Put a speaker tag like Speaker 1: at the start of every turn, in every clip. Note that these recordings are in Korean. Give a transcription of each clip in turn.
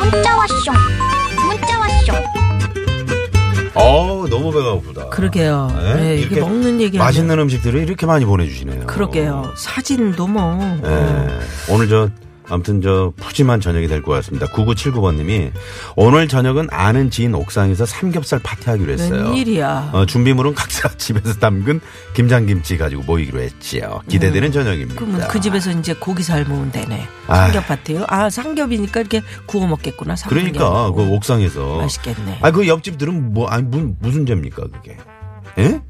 Speaker 1: 문자 왔쇼 문자 왔쇼
Speaker 2: 어 너무 배가 고프다.
Speaker 3: 그러게요.
Speaker 2: 네?
Speaker 3: 네, 이게
Speaker 2: 이렇게
Speaker 3: 먹는 얘기
Speaker 2: 맛있는 음식들을 이렇게 많이 보내주시네요.
Speaker 3: 그러게요. 사진도 뭐.
Speaker 2: 예. 오늘 저 아무튼 저 푸짐한 저녁이 될 것 같습니다. 9979번님이 오늘 저녁은 아는 지인 옥상에서 삼겹살 파티하기로 했어요.
Speaker 3: 웬일이야.
Speaker 2: 어, 준비물은 각자 집에서 담근 김장김치 가지고 모이기로 했지요. 기대되는 저녁입니다.
Speaker 3: 그러면 그 집에서 이제 고기 삶으면 되네.
Speaker 2: 아.
Speaker 3: 삼겹 파티요? 아, 삼겹이니까 이렇게 구워 먹겠구나. 삼겹.
Speaker 2: 그러니까 그 옥상에서
Speaker 3: 맛있겠네.
Speaker 2: 아 그 옆집들은 뭐 아니 무, 무슨 죄입니까 그게? 예?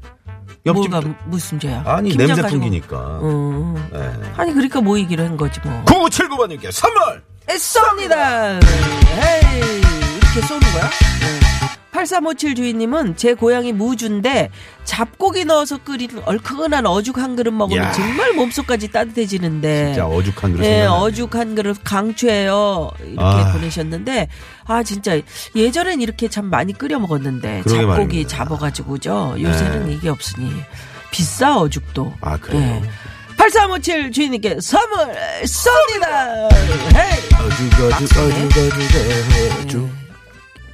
Speaker 2: 옆집
Speaker 3: 뭐가 무슨 죄야?
Speaker 2: 아니
Speaker 3: 김장
Speaker 2: 냄새
Speaker 3: 가지고.
Speaker 2: 풍기니까.
Speaker 3: 음.
Speaker 2: 예.
Speaker 3: 아니 그러니까 모이기로 한 거지 뭐.
Speaker 2: 9979번님께 선물!
Speaker 3: 쏩니다. 에이, 이렇게 쏘는 거야? 8357 주인님은 제 고향이 무주인데 잡고기 넣어서 끓인 얼큰한 어죽 한 그릇 먹으면
Speaker 2: 야.
Speaker 3: 정말 몸속까지 따뜻해지는데.
Speaker 2: 진짜 어죽한 그릇
Speaker 3: 네,
Speaker 2: 생각나네.
Speaker 3: 어죽 한 그릇 강추해요. 이렇게
Speaker 2: 아.
Speaker 3: 보내셨는데, 아, 진짜, 예전엔 이렇게 참 많이 끓여 먹었는데,
Speaker 2: 그러게
Speaker 3: 잡고기
Speaker 2: 말입니다. 네.
Speaker 3: 잡아가지고죠. 요새는 이게 없으니. 비싸, 어죽도.
Speaker 2: 아, 그래요?
Speaker 3: 네. 8357 주인님께 선물 쏩니다! 헤이!
Speaker 2: 어죽, 어죽, 어죽, 어죽, 어죽.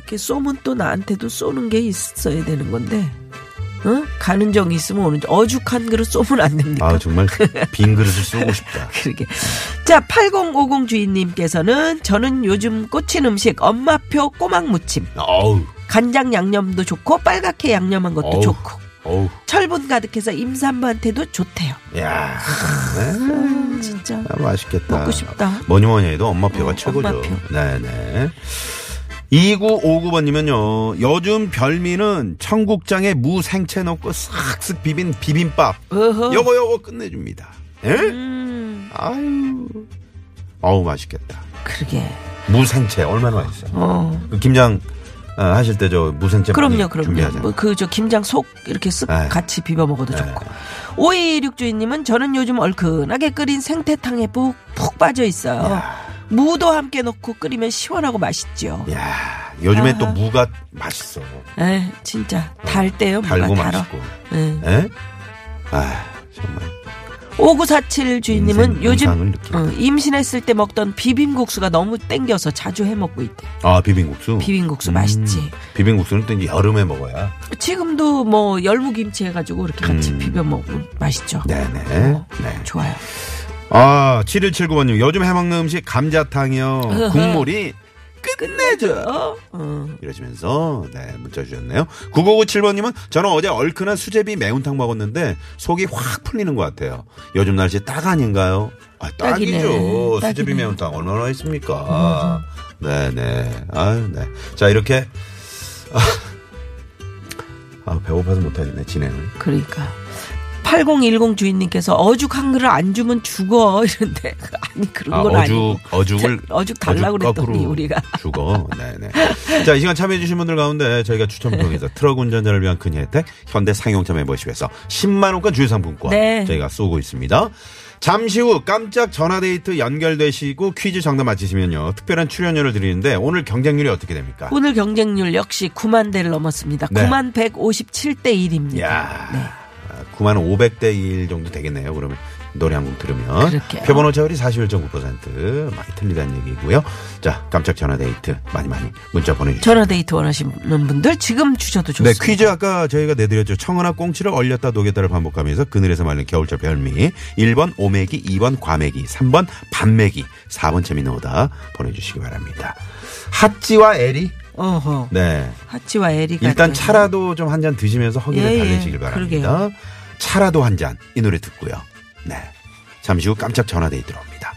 Speaker 3: 이렇게 쏘면 또 나한테도 쏘는 게 있어야 되는 건데, 응? 가는 정이 있으면 오는 정. 어죽 한 그릇 쏘면 안 됩니까?
Speaker 2: 아, 정말 빈 그릇을 쏘고 싶다.
Speaker 3: 그러게. 자, 8050 주인님께서는 저는 요즘 꽂힌 음식 엄마표 꼬막 무침.
Speaker 2: 어우,
Speaker 3: 간장 양념도 좋고 빨갛게 양념한 것도
Speaker 2: 어우.
Speaker 3: 좋고
Speaker 2: 어우,
Speaker 3: 철분 가득해서 임산부한테도 좋대요.
Speaker 2: 야
Speaker 3: 진짜
Speaker 2: 아, 맛있겠다.
Speaker 3: 먹고 싶다.
Speaker 2: 뭐니 뭐니 해도 엄마 표가
Speaker 3: 어,
Speaker 2: 최고죠.
Speaker 3: 엄마표.
Speaker 2: 네네. 2959번님은요, 요즘 별미는 청국장에 무 생채 넣고 싹쓱 비빈 비빔밥.
Speaker 3: 어허. 음.
Speaker 2: 요거 요거 끝내줍니다. 예? 아유. 어우, 맛있겠다.
Speaker 3: 그러게.
Speaker 2: 무생채 얼마나 맛있어?
Speaker 3: 어.
Speaker 2: 그 김장 어, 하실 때 저 무생채
Speaker 3: 그럼요,
Speaker 2: 많이
Speaker 3: 그럼요.
Speaker 2: 준비하잖아요.
Speaker 3: 뭐 그 저 김장 속 이렇게 쓱
Speaker 2: 네.
Speaker 3: 같이 비벼 먹어도 좋고. 5216 주인님은 저는 요즘 얼큰하게 끓인 생태탕에 푹푹 빠져 있어요. 무도 함께 넣고 끓이면 시원하고 맛있죠.
Speaker 2: 야 요즘에
Speaker 3: 아하.
Speaker 2: 또 무가 맛있어.
Speaker 3: 에 진짜 달 때요 뭔가
Speaker 2: 예. 달고
Speaker 3: 달아.
Speaker 2: 맛있고.
Speaker 3: 예.
Speaker 2: 예? 아 정말
Speaker 3: 5947 주인님은
Speaker 2: 인생 영상을
Speaker 3: 요즘
Speaker 2: 느낀다.
Speaker 3: 어, 임신했을 때 먹던 비빔국수가 너무 땡겨서 자주 해 먹고 있대.
Speaker 2: 아 비빔국수.
Speaker 3: 비빔국수 맛있지.
Speaker 2: 비빔국수는 또 이제 여름에 먹어야.
Speaker 3: 지금도 뭐 열무김치 해가지고 이렇게 같이
Speaker 2: 음.
Speaker 3: 비벼 먹으면 맛있죠.
Speaker 2: 네네.
Speaker 3: 어,
Speaker 2: 네.
Speaker 3: 좋아요.
Speaker 2: 아 7179번님 요즘 해먹는 음식 감자탕이요. 국물이 끝내줘.
Speaker 3: 어? 어.
Speaker 2: 이러시면서 네 문자 주셨네요. 9997번님은 저는 어제 얼큰한 수제비 매운탕 먹었는데 속이 확 풀리는 것 같아요. 요즘 날씨 딱 아닌가요? 아,
Speaker 3: 딱이네.
Speaker 2: 딱이죠. 수제비
Speaker 3: 딱이네.
Speaker 2: 매운탕 얼마나 맛있습니까? 네네. 아유 네. 자 이렇게 아, 아, 배고파서 못하겠네 진행을.
Speaker 3: 그러니까. 8010 주인님께서 어죽 한 그릇 안 주면 죽어 이런데 아니 그런
Speaker 2: 아,
Speaker 3: 건
Speaker 2: 어죽
Speaker 3: 아니고
Speaker 2: 어죽을
Speaker 3: 자, 어죽 달라고
Speaker 2: 거꾸로
Speaker 3: 그랬더니 우리가.
Speaker 2: 죽어. 네네. 자 이 시간 참여해주신 분들 가운데 저희가 추첨을 통해서 트럭 운전자를 위한 큰 혜택 현대 상용차 멤버십에서 10만 원권 주유 상품권
Speaker 3: 네.
Speaker 2: 저희가 쏘고 있습니다. 잠시 후 깜짝 전화 데이트 연결되시고 퀴즈 정답 맞히시면요 특별한 출연료를 드리는데 오늘 경쟁률이 어떻게 됩니까?
Speaker 3: 오늘 경쟁률 역시 9만 대를 넘었습니다.
Speaker 2: 네.
Speaker 3: 9만 157대 1입니다.
Speaker 2: 야
Speaker 3: 네.
Speaker 2: 9만 500대 1 정도 되겠네요. 그러면 노래 한 곡 들으면
Speaker 3: 그럴게요.
Speaker 2: 표본 오차율이 41.9% 많이 틀리다는 얘기고요. 자 깜짝 전화 데이트 많이 많이 문자 보내주세요.
Speaker 3: 전화 데이트 원하시는 분들 지금 주셔도
Speaker 2: 네,
Speaker 3: 좋습니다.
Speaker 2: 퀴즈 아까 저희가 내드렸죠. 청어나 꽁치를 얼렸다 녹였다를 반복하면서 그늘에서 말린 겨울철 별미. 1번 오메기, 2번 과메기, 3번 밤메기, 4번 재미는 오다 보내주시기 바랍니다. 핫지와 에리?
Speaker 3: 어허.
Speaker 2: 네.
Speaker 3: 하치와 에리가
Speaker 2: 일단
Speaker 3: 또-
Speaker 2: 차라도 좀 한 잔 드시면서 허기를
Speaker 3: 예, 예.
Speaker 2: 달래시길 바랍니다.
Speaker 3: 그러게요.
Speaker 2: 차라도 한 잔. 이 노래 듣고요. 네. 잠시 후 깜짝 전화데이 들어옵니다.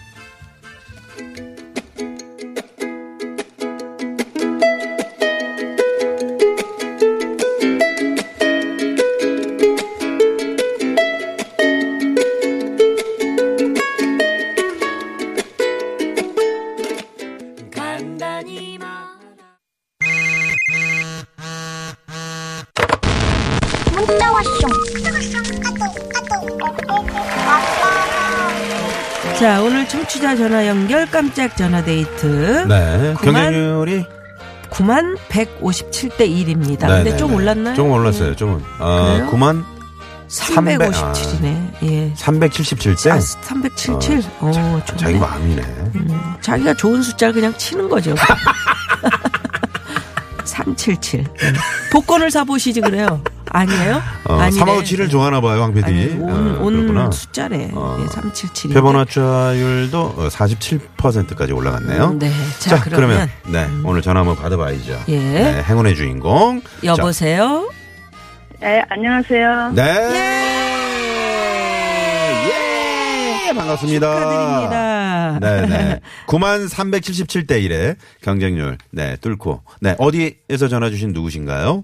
Speaker 1: 문자 왔쇼
Speaker 3: 자, 오늘 청취자 전화 연결 깜짝 전화 데이트.
Speaker 2: 네.
Speaker 3: 구만-
Speaker 2: 경쟁률이
Speaker 3: 9만 157대 1입니다.
Speaker 2: 네,
Speaker 3: 근데
Speaker 2: 네,
Speaker 3: 좀
Speaker 2: 네.
Speaker 3: 올랐나요?
Speaker 2: 좀 올랐어요. 좀. 어,
Speaker 3: 그래요?
Speaker 2: 9만 아.
Speaker 3: 357이네. 예.
Speaker 2: 377대.
Speaker 3: 아, 377? 어, 좋네.
Speaker 2: 네. 자기 마음이네.
Speaker 3: 음, 자기가 좋은 숫자를 그냥 치는 거죠. 377. 음. 복권을 사보시지 그래요. 아니에요?
Speaker 2: 어,
Speaker 3: 아니네.
Speaker 2: 3하고 7을 좋아하나 봐요, 황
Speaker 3: 아니,
Speaker 2: PD.
Speaker 3: 온,
Speaker 2: 어,
Speaker 3: 온
Speaker 2: 그렇구나.
Speaker 3: 숫자래.
Speaker 2: 어.
Speaker 3: 예, 377.
Speaker 2: 표본화차율도 47%까지 올라갔네요.
Speaker 3: 네. 자, 그러면, 음.
Speaker 2: 네, 오늘 전화 한번 받아봐야죠.
Speaker 3: 예.
Speaker 2: 네, 행운의 주인공.
Speaker 3: 여보세요?
Speaker 4: 네, 안녕하세요.
Speaker 2: 자, 네. 예. 반갑습니다.
Speaker 3: 축하드립니다.
Speaker 2: 네, 네. 9만 377대 1의 경쟁률. 네, 뚫고. 네, 어디에서 전화 주신 누구신가요?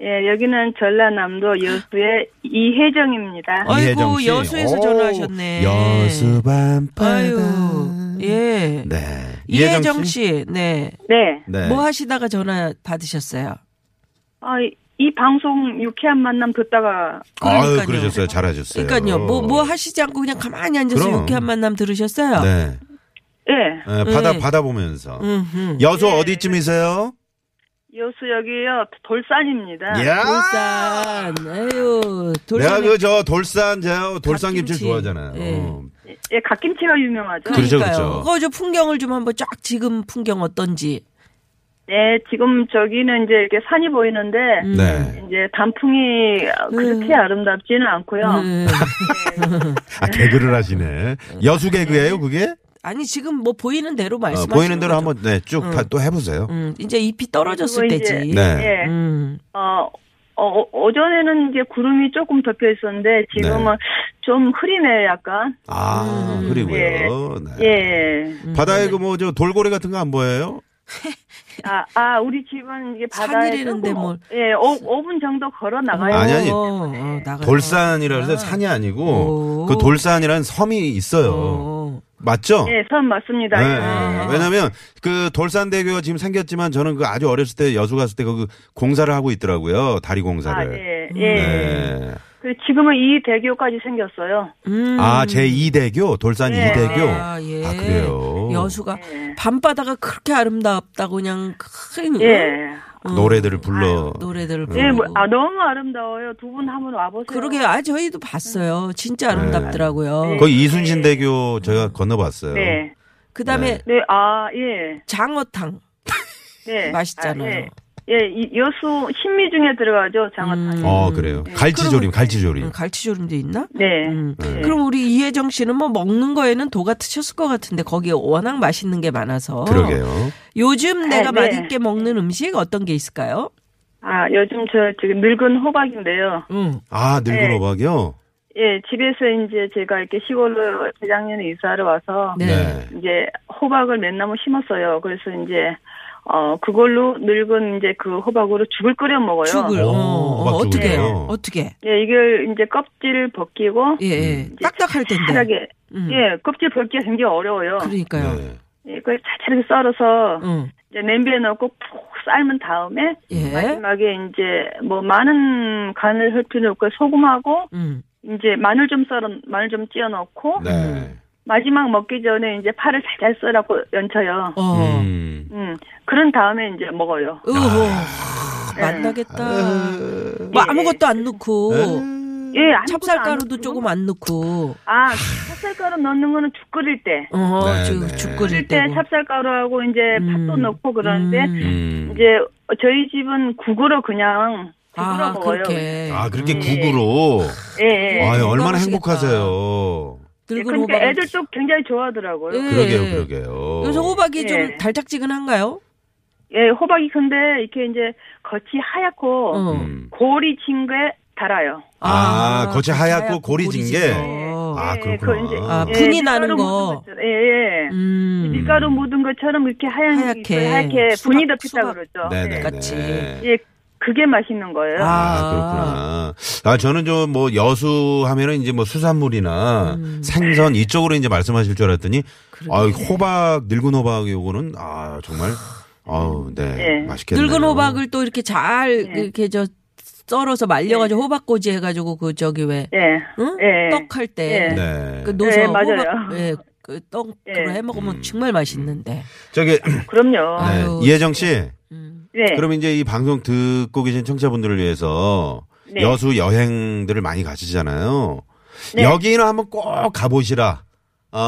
Speaker 4: 예, 여기는 전라남도 여수의 이혜정입니다.
Speaker 3: 아이고,
Speaker 2: 이혜정 씨.
Speaker 3: 여수에서
Speaker 2: 오,
Speaker 3: 전화하셨네.
Speaker 2: 여수 밤바다.
Speaker 3: 아유, 예.
Speaker 2: 네.
Speaker 3: 이혜정 씨, 네.
Speaker 4: 네.
Speaker 2: 네.
Speaker 3: 뭐 하시다가 전화 받으셨어요?
Speaker 4: 아, 이- 이 방송 유쾌한 만남 듣다가
Speaker 2: 아유,
Speaker 3: 그러니까요.
Speaker 2: 그러셨어요. 잘하셨어요.
Speaker 3: 그러니까요, 뭐, 뭐 하시지 않고 그냥 가만히 앉아서
Speaker 2: 그럼.
Speaker 3: 유쾌한 만남 들으셨어요?
Speaker 2: 네.
Speaker 4: 예.
Speaker 2: 네, 바다
Speaker 3: 네.
Speaker 2: 바다 보면서
Speaker 3: 음흠. 네.
Speaker 2: 여수 어디쯤이세요?
Speaker 4: 여수 여기요. 돌산입니다.
Speaker 2: 예.
Speaker 3: 돌산, 아유,
Speaker 2: 내가
Speaker 3: 돌산.
Speaker 2: 그 저 돌산 저 돌산 김치
Speaker 3: 갓김치.
Speaker 2: 를 좋아하잖아요.
Speaker 3: 예.
Speaker 2: 어.
Speaker 4: 예, 갓김치가 유명하죠.
Speaker 2: 그렇죠. 그렇죠.
Speaker 3: 저 풍경을 좀 한번 쫙 지금 풍경 어떤지.
Speaker 4: 네, 지금 저기는 이제 이렇게 산이 보이는데
Speaker 2: 네.
Speaker 4: 이제 단풍이 그렇게 아름답지는 않고요.
Speaker 3: 음.
Speaker 2: 아 개그를 하시네. 여수 개그예요, 그게?
Speaker 3: 아니, 지금 뭐 보이는 대로
Speaker 2: 어,
Speaker 3: 음. 말씀하시는
Speaker 2: 보이는 대로
Speaker 3: 거죠.
Speaker 2: 한번 네, 쭉 또 해보세요.
Speaker 3: 음, 이제 잎이 떨어졌을
Speaker 4: 그리고 이제-
Speaker 3: 때지.
Speaker 2: 네.
Speaker 4: 예.
Speaker 3: 음.
Speaker 4: 어, 어, 어전에는 이제 구름이 조금 덮여 있었는데 지금은
Speaker 2: 네.
Speaker 4: 좀 흐리네요, 약간.
Speaker 2: 아
Speaker 3: 음.
Speaker 2: 그리고요. 네.
Speaker 4: 예.
Speaker 2: 바다에 그 뭐 저 돌고래 같은 거 안 보여요?
Speaker 4: 아, 아, 우리 집은 이게 바다에
Speaker 3: 산이라는데
Speaker 4: 조금,
Speaker 3: 뭘.
Speaker 4: 예, 5, 분 정도 걸어 나가요.
Speaker 2: 아니, 아니.
Speaker 3: 어, 어, 나가요.
Speaker 2: 돌산이라 그래서 산이 아니고
Speaker 3: 오.
Speaker 2: 그 돌산이라는 섬이 있어요.
Speaker 3: 어.
Speaker 2: 맞죠?
Speaker 4: 예, 선 맞습니다.
Speaker 2: 네, 네, 네. 왜냐면 그 돌산대교가 지금 생겼지만 저는 그 아주 어렸을 때 여수 갔을 때 그 공사를 하고 있더라고요. 다리
Speaker 4: 아,
Speaker 2: 공사를.
Speaker 4: 예,
Speaker 3: 음,
Speaker 4: 예.
Speaker 2: 네.
Speaker 4: 그 지금은 이 대교까지 생겼어요.
Speaker 3: 음.
Speaker 2: 아, 제2대교, 돌산
Speaker 4: 네.
Speaker 2: 이 2대교.
Speaker 3: 아, 예.
Speaker 2: 아, 그래요.
Speaker 3: 여수가 밤바다가 그렇게 아름답다고 그냥 큰
Speaker 4: 예.
Speaker 3: 어,
Speaker 2: 노래들을 불러.
Speaker 3: 노래들을 부르고
Speaker 4: 예, 뭐, 아, 너무 아름다워요. 두 분 한번 와보세요.
Speaker 3: 그러게 아 저희도 봤어요.
Speaker 2: 네.
Speaker 3: 진짜 아름답더라고요.
Speaker 4: 예.
Speaker 2: 거기 이순신대교 제가 건너봤어요.
Speaker 4: 네.
Speaker 3: 그다음에
Speaker 4: 네, 아, 예.
Speaker 3: 장어탕
Speaker 4: 네.
Speaker 3: 맛있잖아요.
Speaker 4: 아, 예. 예, 이 여수 신미 중에 들어가죠, 장어탕.
Speaker 2: 어, 그래요. 갈치조림, 갈치조림.
Speaker 3: 음, 갈치조림도 있나?
Speaker 4: 네.
Speaker 3: 음.
Speaker 4: 네.
Speaker 3: 그럼 우리 이혜정 씨는 뭐 먹는 거에는 도가 트셨을 것 같은데 거기에 워낙 맛있는 게 많아서
Speaker 2: 그러게요.
Speaker 3: 요즘 내가
Speaker 4: 아, 네.
Speaker 3: 맛있게 먹는 음식 어떤 게 있을까요?
Speaker 4: 아, 요즘 저 지금 늙은 호박인데요.
Speaker 3: 음.
Speaker 2: 아, 늙은
Speaker 4: 네.
Speaker 2: 호박이요?
Speaker 4: 예, 집에서 이제 제가 이렇게 시골로 재작년에 이사를 와서
Speaker 3: 네.
Speaker 4: 이제 호박을 맨나무 심었어요. 그래서 이제 어 그걸로 늙은 이제 그 호박으로 죽을 끓여 먹어요.
Speaker 3: 죽을
Speaker 2: 오,
Speaker 3: 어, 어,
Speaker 2: 호박
Speaker 3: 어떻게
Speaker 2: 죽을이요?
Speaker 3: 해요? 어떻게?
Speaker 4: 예, 이걸 이제 껍질을 벗기고
Speaker 3: 예,
Speaker 2: 음.
Speaker 3: 예. 딱딱할 텐데.
Speaker 4: 차차하게
Speaker 3: 음.
Speaker 4: 예, 껍질 벗기가 굉장히 어려워요.
Speaker 3: 그러니까요.
Speaker 2: 네.
Speaker 4: 예, 그걸 차차하게 썰어서
Speaker 3: 응.
Speaker 4: 이제 냄비에 넣고 푹 삶은 다음에
Speaker 3: 음. 예.
Speaker 4: 마지막에 이제 뭐 많은 간을 할 필요 없고 소금하고
Speaker 3: 음.
Speaker 4: 이제 마늘 좀 썰어 마늘 좀 찌어 넣고
Speaker 2: 네.
Speaker 4: 마지막 먹기 전에 이제 파를 살살 썰어갖고 연쳐요.
Speaker 3: 어.
Speaker 2: 음.
Speaker 4: 음, 그런 다음에 이제 먹어요.
Speaker 3: 으호.
Speaker 2: 아.
Speaker 3: 만나겠다. 뭐 아무것도 안 넣고
Speaker 2: 네.
Speaker 4: 예, 아무것도 안
Speaker 3: 찹쌀가루도
Speaker 4: 넣고.
Speaker 3: 조금 안 넣고.
Speaker 4: 아, 찹쌀가루 넣는 거는 죽 끓일 때.
Speaker 3: 어,
Speaker 2: 네,
Speaker 3: 저
Speaker 2: 네.
Speaker 3: 죽
Speaker 4: 끓일
Speaker 3: 끓일
Speaker 4: 때
Speaker 3: 때고.
Speaker 4: 찹쌀가루하고 이제 팥도
Speaker 3: 음.
Speaker 4: 넣고 그러는데
Speaker 3: 음.
Speaker 2: 음.
Speaker 4: 이제 저희 집은 국으로 그냥 국으로
Speaker 3: 아,
Speaker 4: 먹어요.
Speaker 3: 그렇게.
Speaker 2: 아, 그렇게
Speaker 4: 네.
Speaker 2: 국으로.
Speaker 4: 예, 예.
Speaker 2: 아유, 얼마나
Speaker 3: 건강하시겠다.
Speaker 2: 행복하세요.
Speaker 4: 예,
Speaker 3: 늙은
Speaker 4: 그러니까
Speaker 3: 호박을-
Speaker 4: 애들도 굉장히 좋아하더라고요.
Speaker 3: 예.
Speaker 2: 그러게요, 그러게요.
Speaker 3: 요새 호박이 좀
Speaker 4: 예.
Speaker 3: 달짝지근한가요?
Speaker 4: 예, 호박이 근데 이렇게 이제 겉이 하얗고
Speaker 3: 어.
Speaker 2: 음.
Speaker 4: 골이 진 게 달아요.
Speaker 2: 아, 겉이 하얗고 고리 진 게?
Speaker 3: 어.
Speaker 2: 아,
Speaker 4: 예,
Speaker 2: 그렇구나.
Speaker 4: 그거 이제-
Speaker 3: 아,
Speaker 4: 예,
Speaker 3: 분이
Speaker 4: 밀가루
Speaker 3: 나는 거.
Speaker 4: 묻은 것처럼. 예, 예.
Speaker 3: 음.
Speaker 4: 밀가루 묻은 것처럼 이렇게 하얀
Speaker 3: 하얗게.
Speaker 4: 게 있어요. 하얗게
Speaker 3: 수박,
Speaker 4: 분이 덮였다
Speaker 3: 수박.
Speaker 4: 그러죠.
Speaker 2: 네네.
Speaker 3: 같이.
Speaker 4: 예, 그게 맛있는 거예요.
Speaker 3: 아.
Speaker 2: 아, 그렇구나. 아, 저는 좀 뭐 여수 하면은 이제 뭐 수산물이나
Speaker 3: 음.
Speaker 2: 생선 이쪽으로 이제 말씀하실 줄 알았더니 아, 호박 늙은 호박 요거는 아, 정말 아우, 네.
Speaker 4: 네.
Speaker 2: 맛있겠네요.
Speaker 3: 늙은 호박을 또 이렇게 잘
Speaker 4: 네.
Speaker 3: 이렇게 저 썰어서 말려가지고 호박꼬지 해가지고 그 저기 왜
Speaker 4: 예,
Speaker 3: 응?
Speaker 4: 예.
Speaker 3: 떡 할 때
Speaker 4: 예.
Speaker 2: 네.
Speaker 3: 그 노서
Speaker 4: 예, 맞아요.
Speaker 3: 호박, 예, 그 떡으로
Speaker 4: 예.
Speaker 3: 해 먹으면
Speaker 2: 음.
Speaker 3: 정말 맛있는데.
Speaker 2: 저기
Speaker 4: 그럼요.
Speaker 2: 네,
Speaker 3: 아유.
Speaker 2: 이혜정 씨.
Speaker 3: 음.
Speaker 4: 네.
Speaker 2: 그럼 이제 이 방송 듣고 계신 청취자분들을 위해서
Speaker 4: 네.
Speaker 2: 여수 여행들을 많이 가시잖아요.
Speaker 4: 네.
Speaker 2: 여기는 한번 꼭 가보시라. 어,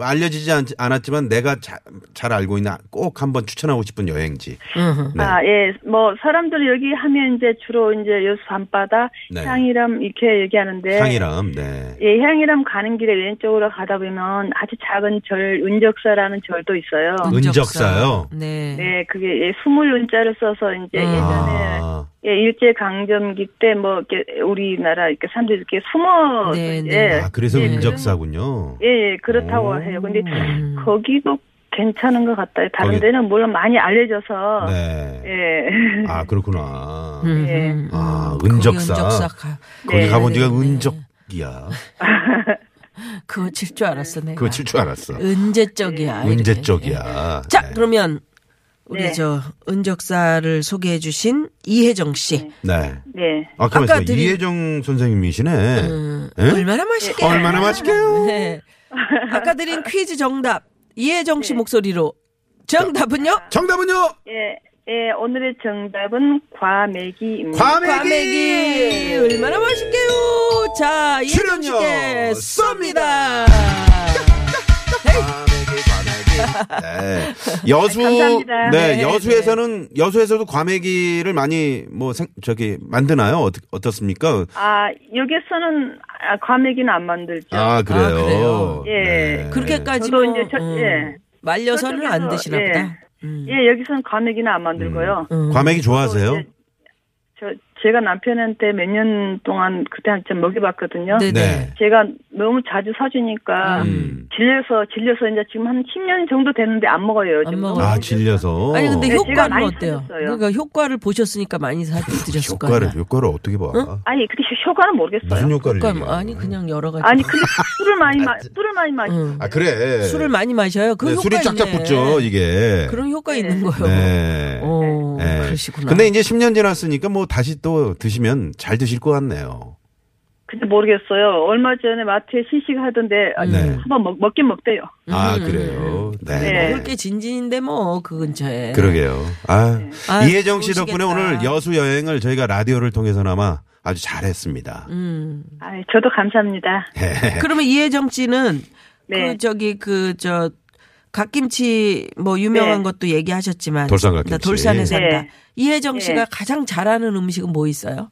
Speaker 2: 알려지지 않, 았지만 내가 자- 잘 알고 있는 꼭 한번 추천하고 싶은 여행지.
Speaker 3: 음.
Speaker 2: 네.
Speaker 4: 아, 예. 뭐, 사람들 여기 하면 이제 주로 이제 여수 밤바다,
Speaker 2: 네.
Speaker 4: 향이람 이렇게 얘기하는데.
Speaker 2: 향이람. 네.
Speaker 4: 예, 향이람 가는 길에 왼쪽으로 가다 보면 아주 작은 절, 은적사라는 절도 있어요.
Speaker 2: 음. 은적사요?
Speaker 3: 네.
Speaker 4: 네, 그게 예, 스물 은자를 써서 이제
Speaker 3: 음.
Speaker 4: 예전에
Speaker 2: 아,
Speaker 4: 예, 일제 강점기 때 뭐 이렇게 우리나라 이렇게 사람들이 이렇게 숨어
Speaker 3: 네, 네.
Speaker 4: 예,
Speaker 2: 아, 그래서
Speaker 3: 네.
Speaker 2: 은적사군요.
Speaker 4: 예, 예, 그렇다고
Speaker 2: 오.
Speaker 4: 해요. 근데
Speaker 3: 음.
Speaker 4: 거기도 괜찮은 것 같아요. 다른
Speaker 2: 거기-
Speaker 4: 데는 물론 많이 알려져서
Speaker 2: 네.
Speaker 4: 예.
Speaker 2: 아, 그렇구나.
Speaker 3: 음,
Speaker 4: 예.
Speaker 3: 음,
Speaker 2: 아,
Speaker 3: 거기
Speaker 2: 은적사.
Speaker 3: 은적사 가.
Speaker 2: 거기
Speaker 4: 네.
Speaker 2: 가본 지가
Speaker 3: 네.
Speaker 2: 은적이야.
Speaker 3: 그거 칠 줄 알았어 내가.
Speaker 2: 그거 칠 줄 알았어.
Speaker 3: 은재 쪽이야.
Speaker 2: 은재
Speaker 3: 이렇게.
Speaker 2: 쪽이야.
Speaker 3: 네. 자,
Speaker 2: 네.
Speaker 3: 그러면 우리
Speaker 4: 네.
Speaker 3: 저 은적사를 소개해 주신 이혜정 씨.
Speaker 2: 네.
Speaker 4: 네.
Speaker 2: 아까
Speaker 3: 아까
Speaker 2: 말씀
Speaker 3: 드린-
Speaker 2: 이혜정 선생님이시네.
Speaker 3: 음,
Speaker 2: 예?
Speaker 3: 얼마나
Speaker 4: 네.
Speaker 3: 맛있게.
Speaker 2: 얼마나 맛있게요?
Speaker 3: 네. 아까 드린 퀴즈 정답. 이혜정
Speaker 4: 네.
Speaker 3: 씨 목소리로. 정답은요?
Speaker 2: 정답은요.
Speaker 3: 음,
Speaker 4: 예. 예, 오늘의 정답은 과메기입니다.
Speaker 2: 과메기.
Speaker 3: 과메기. 얼마나 맛있게요. 자, 이혜정
Speaker 2: 출연료
Speaker 3: 씨께 쏩니다.
Speaker 2: 과메기, 과메기. 네. 여수
Speaker 4: 감사합니다.
Speaker 2: 네,
Speaker 3: 네,
Speaker 2: 여수에서는 여수에서도 과메기를 많이 뭐 생, 저기 만드나요? 어떻, 어떻습니까?
Speaker 4: 아, 여기서는 아, 과메기는 안 만들죠.
Speaker 2: 아, 그래요. 네.
Speaker 3: 아, 그래요?
Speaker 4: 예.
Speaker 3: 그렇게까지
Speaker 4: 저도
Speaker 3: 뭐,
Speaker 4: 이제 저- 예.
Speaker 3: 말려서는 안
Speaker 4: 저쪽에서,
Speaker 3: 드시나
Speaker 4: 예.
Speaker 3: 보다. 음.
Speaker 4: 예, 여기서는 과메기는 안 만들고요.
Speaker 3: 음.
Speaker 2: 과메기 좋아하세요?
Speaker 4: 또 이제 저 제가 남편한테 몇 년 동안 그때 한참 먹여봤거든요.
Speaker 3: 예. 네네.
Speaker 2: 네.
Speaker 4: 제가 너무 자주 사주니까
Speaker 2: 음.
Speaker 4: 질려서 질려서 이제 지금 한 10년 정도 됐는데 안 먹어요.
Speaker 3: 안
Speaker 4: 요즘
Speaker 3: 먹어요.
Speaker 2: 아, 질려서.
Speaker 3: 아니 근데
Speaker 4: 네, 제가
Speaker 3: 효과는
Speaker 4: 많이
Speaker 3: 어때요?
Speaker 4: 사줬어요.
Speaker 3: 그러니까 효과를 보셨으니까 많이 사드렸을 거아요
Speaker 2: 효과를 효과를 어떻게 봐?
Speaker 4: 아니, 근데 효과는 모르겠어요.
Speaker 2: 무슨 효과를?
Speaker 3: 효과
Speaker 2: 얘기해요?
Speaker 3: 아니 그냥 여러 가지.
Speaker 4: 아니, 근데 술을 많이 마, 술을 많이 마시.
Speaker 3: 음.
Speaker 2: 아, 그래.
Speaker 3: 술을 많이 마셔요. 그
Speaker 2: 네,
Speaker 3: 효과
Speaker 2: 술이 쫙쫙
Speaker 3: 있네.
Speaker 2: 붙죠, 이게.
Speaker 3: 그런 효과 있는 거예요.
Speaker 2: 네.
Speaker 3: 어,
Speaker 2: 예.
Speaker 3: 그러시구나.
Speaker 2: 근데 이제 10년 지났으니까 뭐 다시 또 드시면 잘 드실 것 같네요.
Speaker 4: 근데 모르겠어요. 얼마 전에 마트에 시식하던데 아,
Speaker 2: 네.
Speaker 4: 한번 먹, 먹긴 먹대요.
Speaker 3: 음.
Speaker 2: 아, 그래요? 네.
Speaker 4: 네.
Speaker 3: 먹을 게 진진인데 뭐 그 근처에.
Speaker 2: 그러게요. 아,
Speaker 3: 아,
Speaker 2: 이혜정 씨
Speaker 3: 좋으시겠다.
Speaker 2: 덕분에 오늘 여수 여행을 저희가 라디오를 통해서나마 아주 잘했습니다.
Speaker 3: 음.
Speaker 4: 아, 저도 감사합니다.
Speaker 3: 그러면 이혜정 씨는
Speaker 4: 네.
Speaker 3: 그 저기 그 저 갓김치 뭐 유명한
Speaker 4: 네.
Speaker 3: 것도 얘기하셨지만
Speaker 2: 돌산
Speaker 3: 나
Speaker 2: 갓김치.
Speaker 3: 돌산에 산다.
Speaker 4: 네.
Speaker 3: 이혜정
Speaker 4: 네.
Speaker 3: 씨가 가장 잘하는 음식은 뭐 있어요?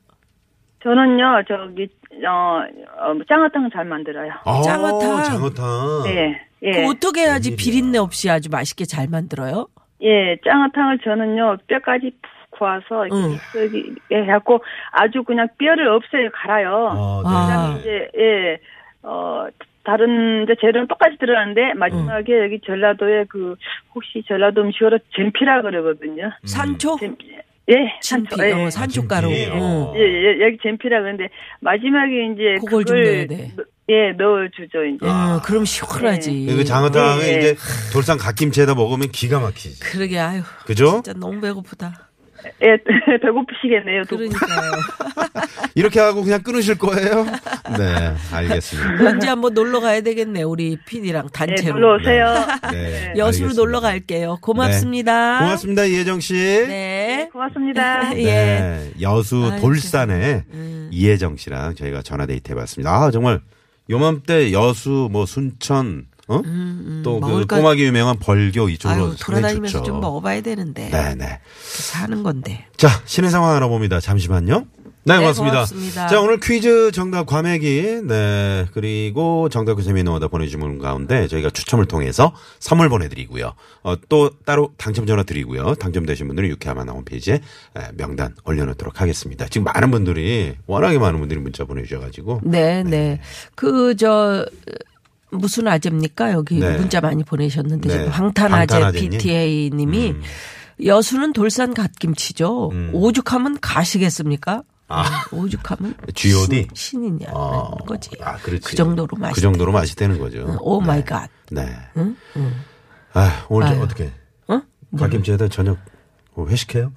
Speaker 4: 저는요, 저기 어, 어 짱어탕 잘 만들어요.
Speaker 2: 아,
Speaker 3: 장어탕.
Speaker 2: 장어탕.
Speaker 3: 네.
Speaker 4: 예, 예,
Speaker 3: 그거 어떻게 해야지
Speaker 2: 음.
Speaker 3: 비린내 없이 아주 맛있게 잘 만들어요?
Speaker 4: 예. 짱어탕을 저는요 뼈까지 푹 구워서
Speaker 3: 응.
Speaker 4: 여기 예, 해갖고 아주 그냥 뼈를 없애요 갈아요.
Speaker 3: 아.
Speaker 2: 아, 네.
Speaker 4: 이제 예, 어 다른 이제 재료는 똑같이 들어가는데 마지막에
Speaker 3: 음.
Speaker 4: 여기 전라도에 그 혹시 전라도 음식으로 젠피라 그러거든요.
Speaker 3: 산초?
Speaker 4: 젠- 예, 산초.
Speaker 3: 진피,
Speaker 4: 예.
Speaker 3: 어, 산초가루.
Speaker 2: 아, 진피.
Speaker 3: 어.
Speaker 4: 예, 예, 여기 젠피라 그러는데 마지막에 이제
Speaker 3: 그걸 좀 넣어야 돼.
Speaker 4: 넣- 예, 넣어주죠 이제.
Speaker 3: 어, 그럼 시원하지.
Speaker 2: 아. 그 장어탕을
Speaker 4: 네.
Speaker 2: 이제 돌산 갓김치에다 먹으면 기가 막히지.
Speaker 3: 그러게 아유.
Speaker 2: 그죠?
Speaker 3: 진짜 너무 배고프다.
Speaker 4: 예, 배고프시겠네요. 두 분.
Speaker 3: 그러니까요.
Speaker 2: 이렇게 하고 그냥 끊으실 거예요? 네, 알겠습니다.
Speaker 3: 언제 한번 놀러 가야 되겠네 우리 PD랑
Speaker 4: 예,
Speaker 3: 단체로.
Speaker 4: 놀러 오세요.
Speaker 2: 네,
Speaker 3: 여수로
Speaker 2: 알겠습니다. 네.
Speaker 3: 놀러 갈게요. 고맙습니다.
Speaker 2: 고맙습니다, 이혜정 씨.
Speaker 3: 네.
Speaker 4: 고맙습니다.
Speaker 3: 예.
Speaker 2: 네, 여수
Speaker 3: 아유, 네.
Speaker 2: 돌산에 이혜정 씨랑 저희가 전화 데이트 해봤습니다. 아 정말 요맘때 여수 뭐 순천 어? 또 그
Speaker 3: 음, 먹을까-
Speaker 2: 꼬막이 유명한 벌교 이쪽으로
Speaker 3: 아유
Speaker 2: 상당히
Speaker 3: 돌아다니면서
Speaker 2: 좋죠.
Speaker 3: 좀 먹어봐야 되는데
Speaker 2: 네네.
Speaker 3: 사는 건데.
Speaker 2: 자 시내 상황 알아봅니다. 잠시만요. 네, 고맙습니다.
Speaker 3: 고맙습니다.
Speaker 2: 자, 오늘 퀴즈 정답 과메기, 네, 그리고 정답 그 재미있는다 보내주신 분 가운데 저희가 추첨을 통해서 선물 보내드리고요. 어, 또 따로 당첨 전화 드리고요. 당첨되신 분들은 유쾌한 홈페이지에 에, 명단 올려놓도록 하겠습니다. 지금 많은 분들이, 워낙에 많은 분들이 문자 보내주셔가지고.
Speaker 3: 네, 네. 그 저 무슨 아재입니까? 여기
Speaker 2: 네.
Speaker 3: 문자 많이 보내셨는데
Speaker 2: 네.
Speaker 3: 지금 황탄아재
Speaker 2: 방탄아재님. 음.
Speaker 3: PTA 님이 여수는 돌산 갓김치죠. 오죽하면 가시겠습니까?
Speaker 2: 아.
Speaker 3: 음, 오죽하면
Speaker 2: G.O.D?
Speaker 3: 신, 인이냐는
Speaker 2: 어,
Speaker 3: 거지.
Speaker 2: 아, 그렇지.
Speaker 3: 그 정도로 맛있.
Speaker 2: 그 정도로 맛이 되는 거죠.
Speaker 3: 오
Speaker 2: 네.
Speaker 3: 마이 갓.
Speaker 2: 네. 아, 오늘 저
Speaker 3: 아유.
Speaker 2: 어떻게.
Speaker 3: 어?
Speaker 2: 갓김치에다 저녁 뭐 회식해요?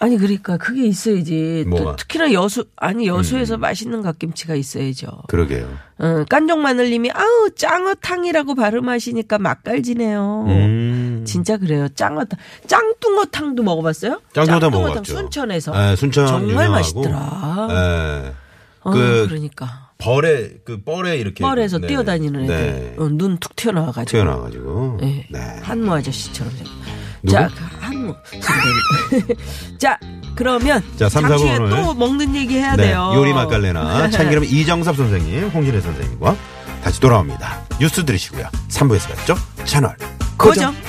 Speaker 3: 아니 그러니까 그게 있어야지. 또
Speaker 2: 뭐가? 음.
Speaker 3: 특히나 여수 아니 여수에서 맛있는 갓김치가 있어야죠.
Speaker 2: 그러게요.
Speaker 3: 어, 깐종마늘님이 아우 짱어탕이라고 발음하시니까 맛깔지네요.
Speaker 2: 음.
Speaker 3: 진짜 그래요. 짱어탕, 짱뚱어탕도 먹어봤어요?
Speaker 2: 짱뚱어탕 먹어봤죠.
Speaker 3: 순천에서
Speaker 2: 예, 순천
Speaker 3: 정말
Speaker 2: 유명하고.
Speaker 3: 맛있더라.
Speaker 2: 예.
Speaker 3: 어,
Speaker 2: 그-
Speaker 3: 그러니까
Speaker 2: 벌에 그 뻘에 이렇게
Speaker 3: 뻘에서
Speaker 2: 네.
Speaker 3: 뛰어다니는 애들
Speaker 2: 네.
Speaker 3: 어, 눈툭 튀어나와가지고.
Speaker 2: 튀어나와가지고
Speaker 3: 예.
Speaker 2: 네.
Speaker 3: 한무 아저씨처럼. 생-
Speaker 2: 누구?
Speaker 3: 자, 그 한무. 선배님. 자, 그러면
Speaker 2: 자, 삼, 사,
Speaker 3: 잠시 후에
Speaker 2: 오늘.
Speaker 3: 또 먹는 얘기 해야
Speaker 2: 네,
Speaker 3: 돼요. 네.
Speaker 2: 요리 맛깔레나 참기름 이정섭 선생님, 홍진혜 선생님과 다시 돌아옵니다. 뉴스 들으시고요. 3부에서 뵙죠. 채널
Speaker 3: 고정.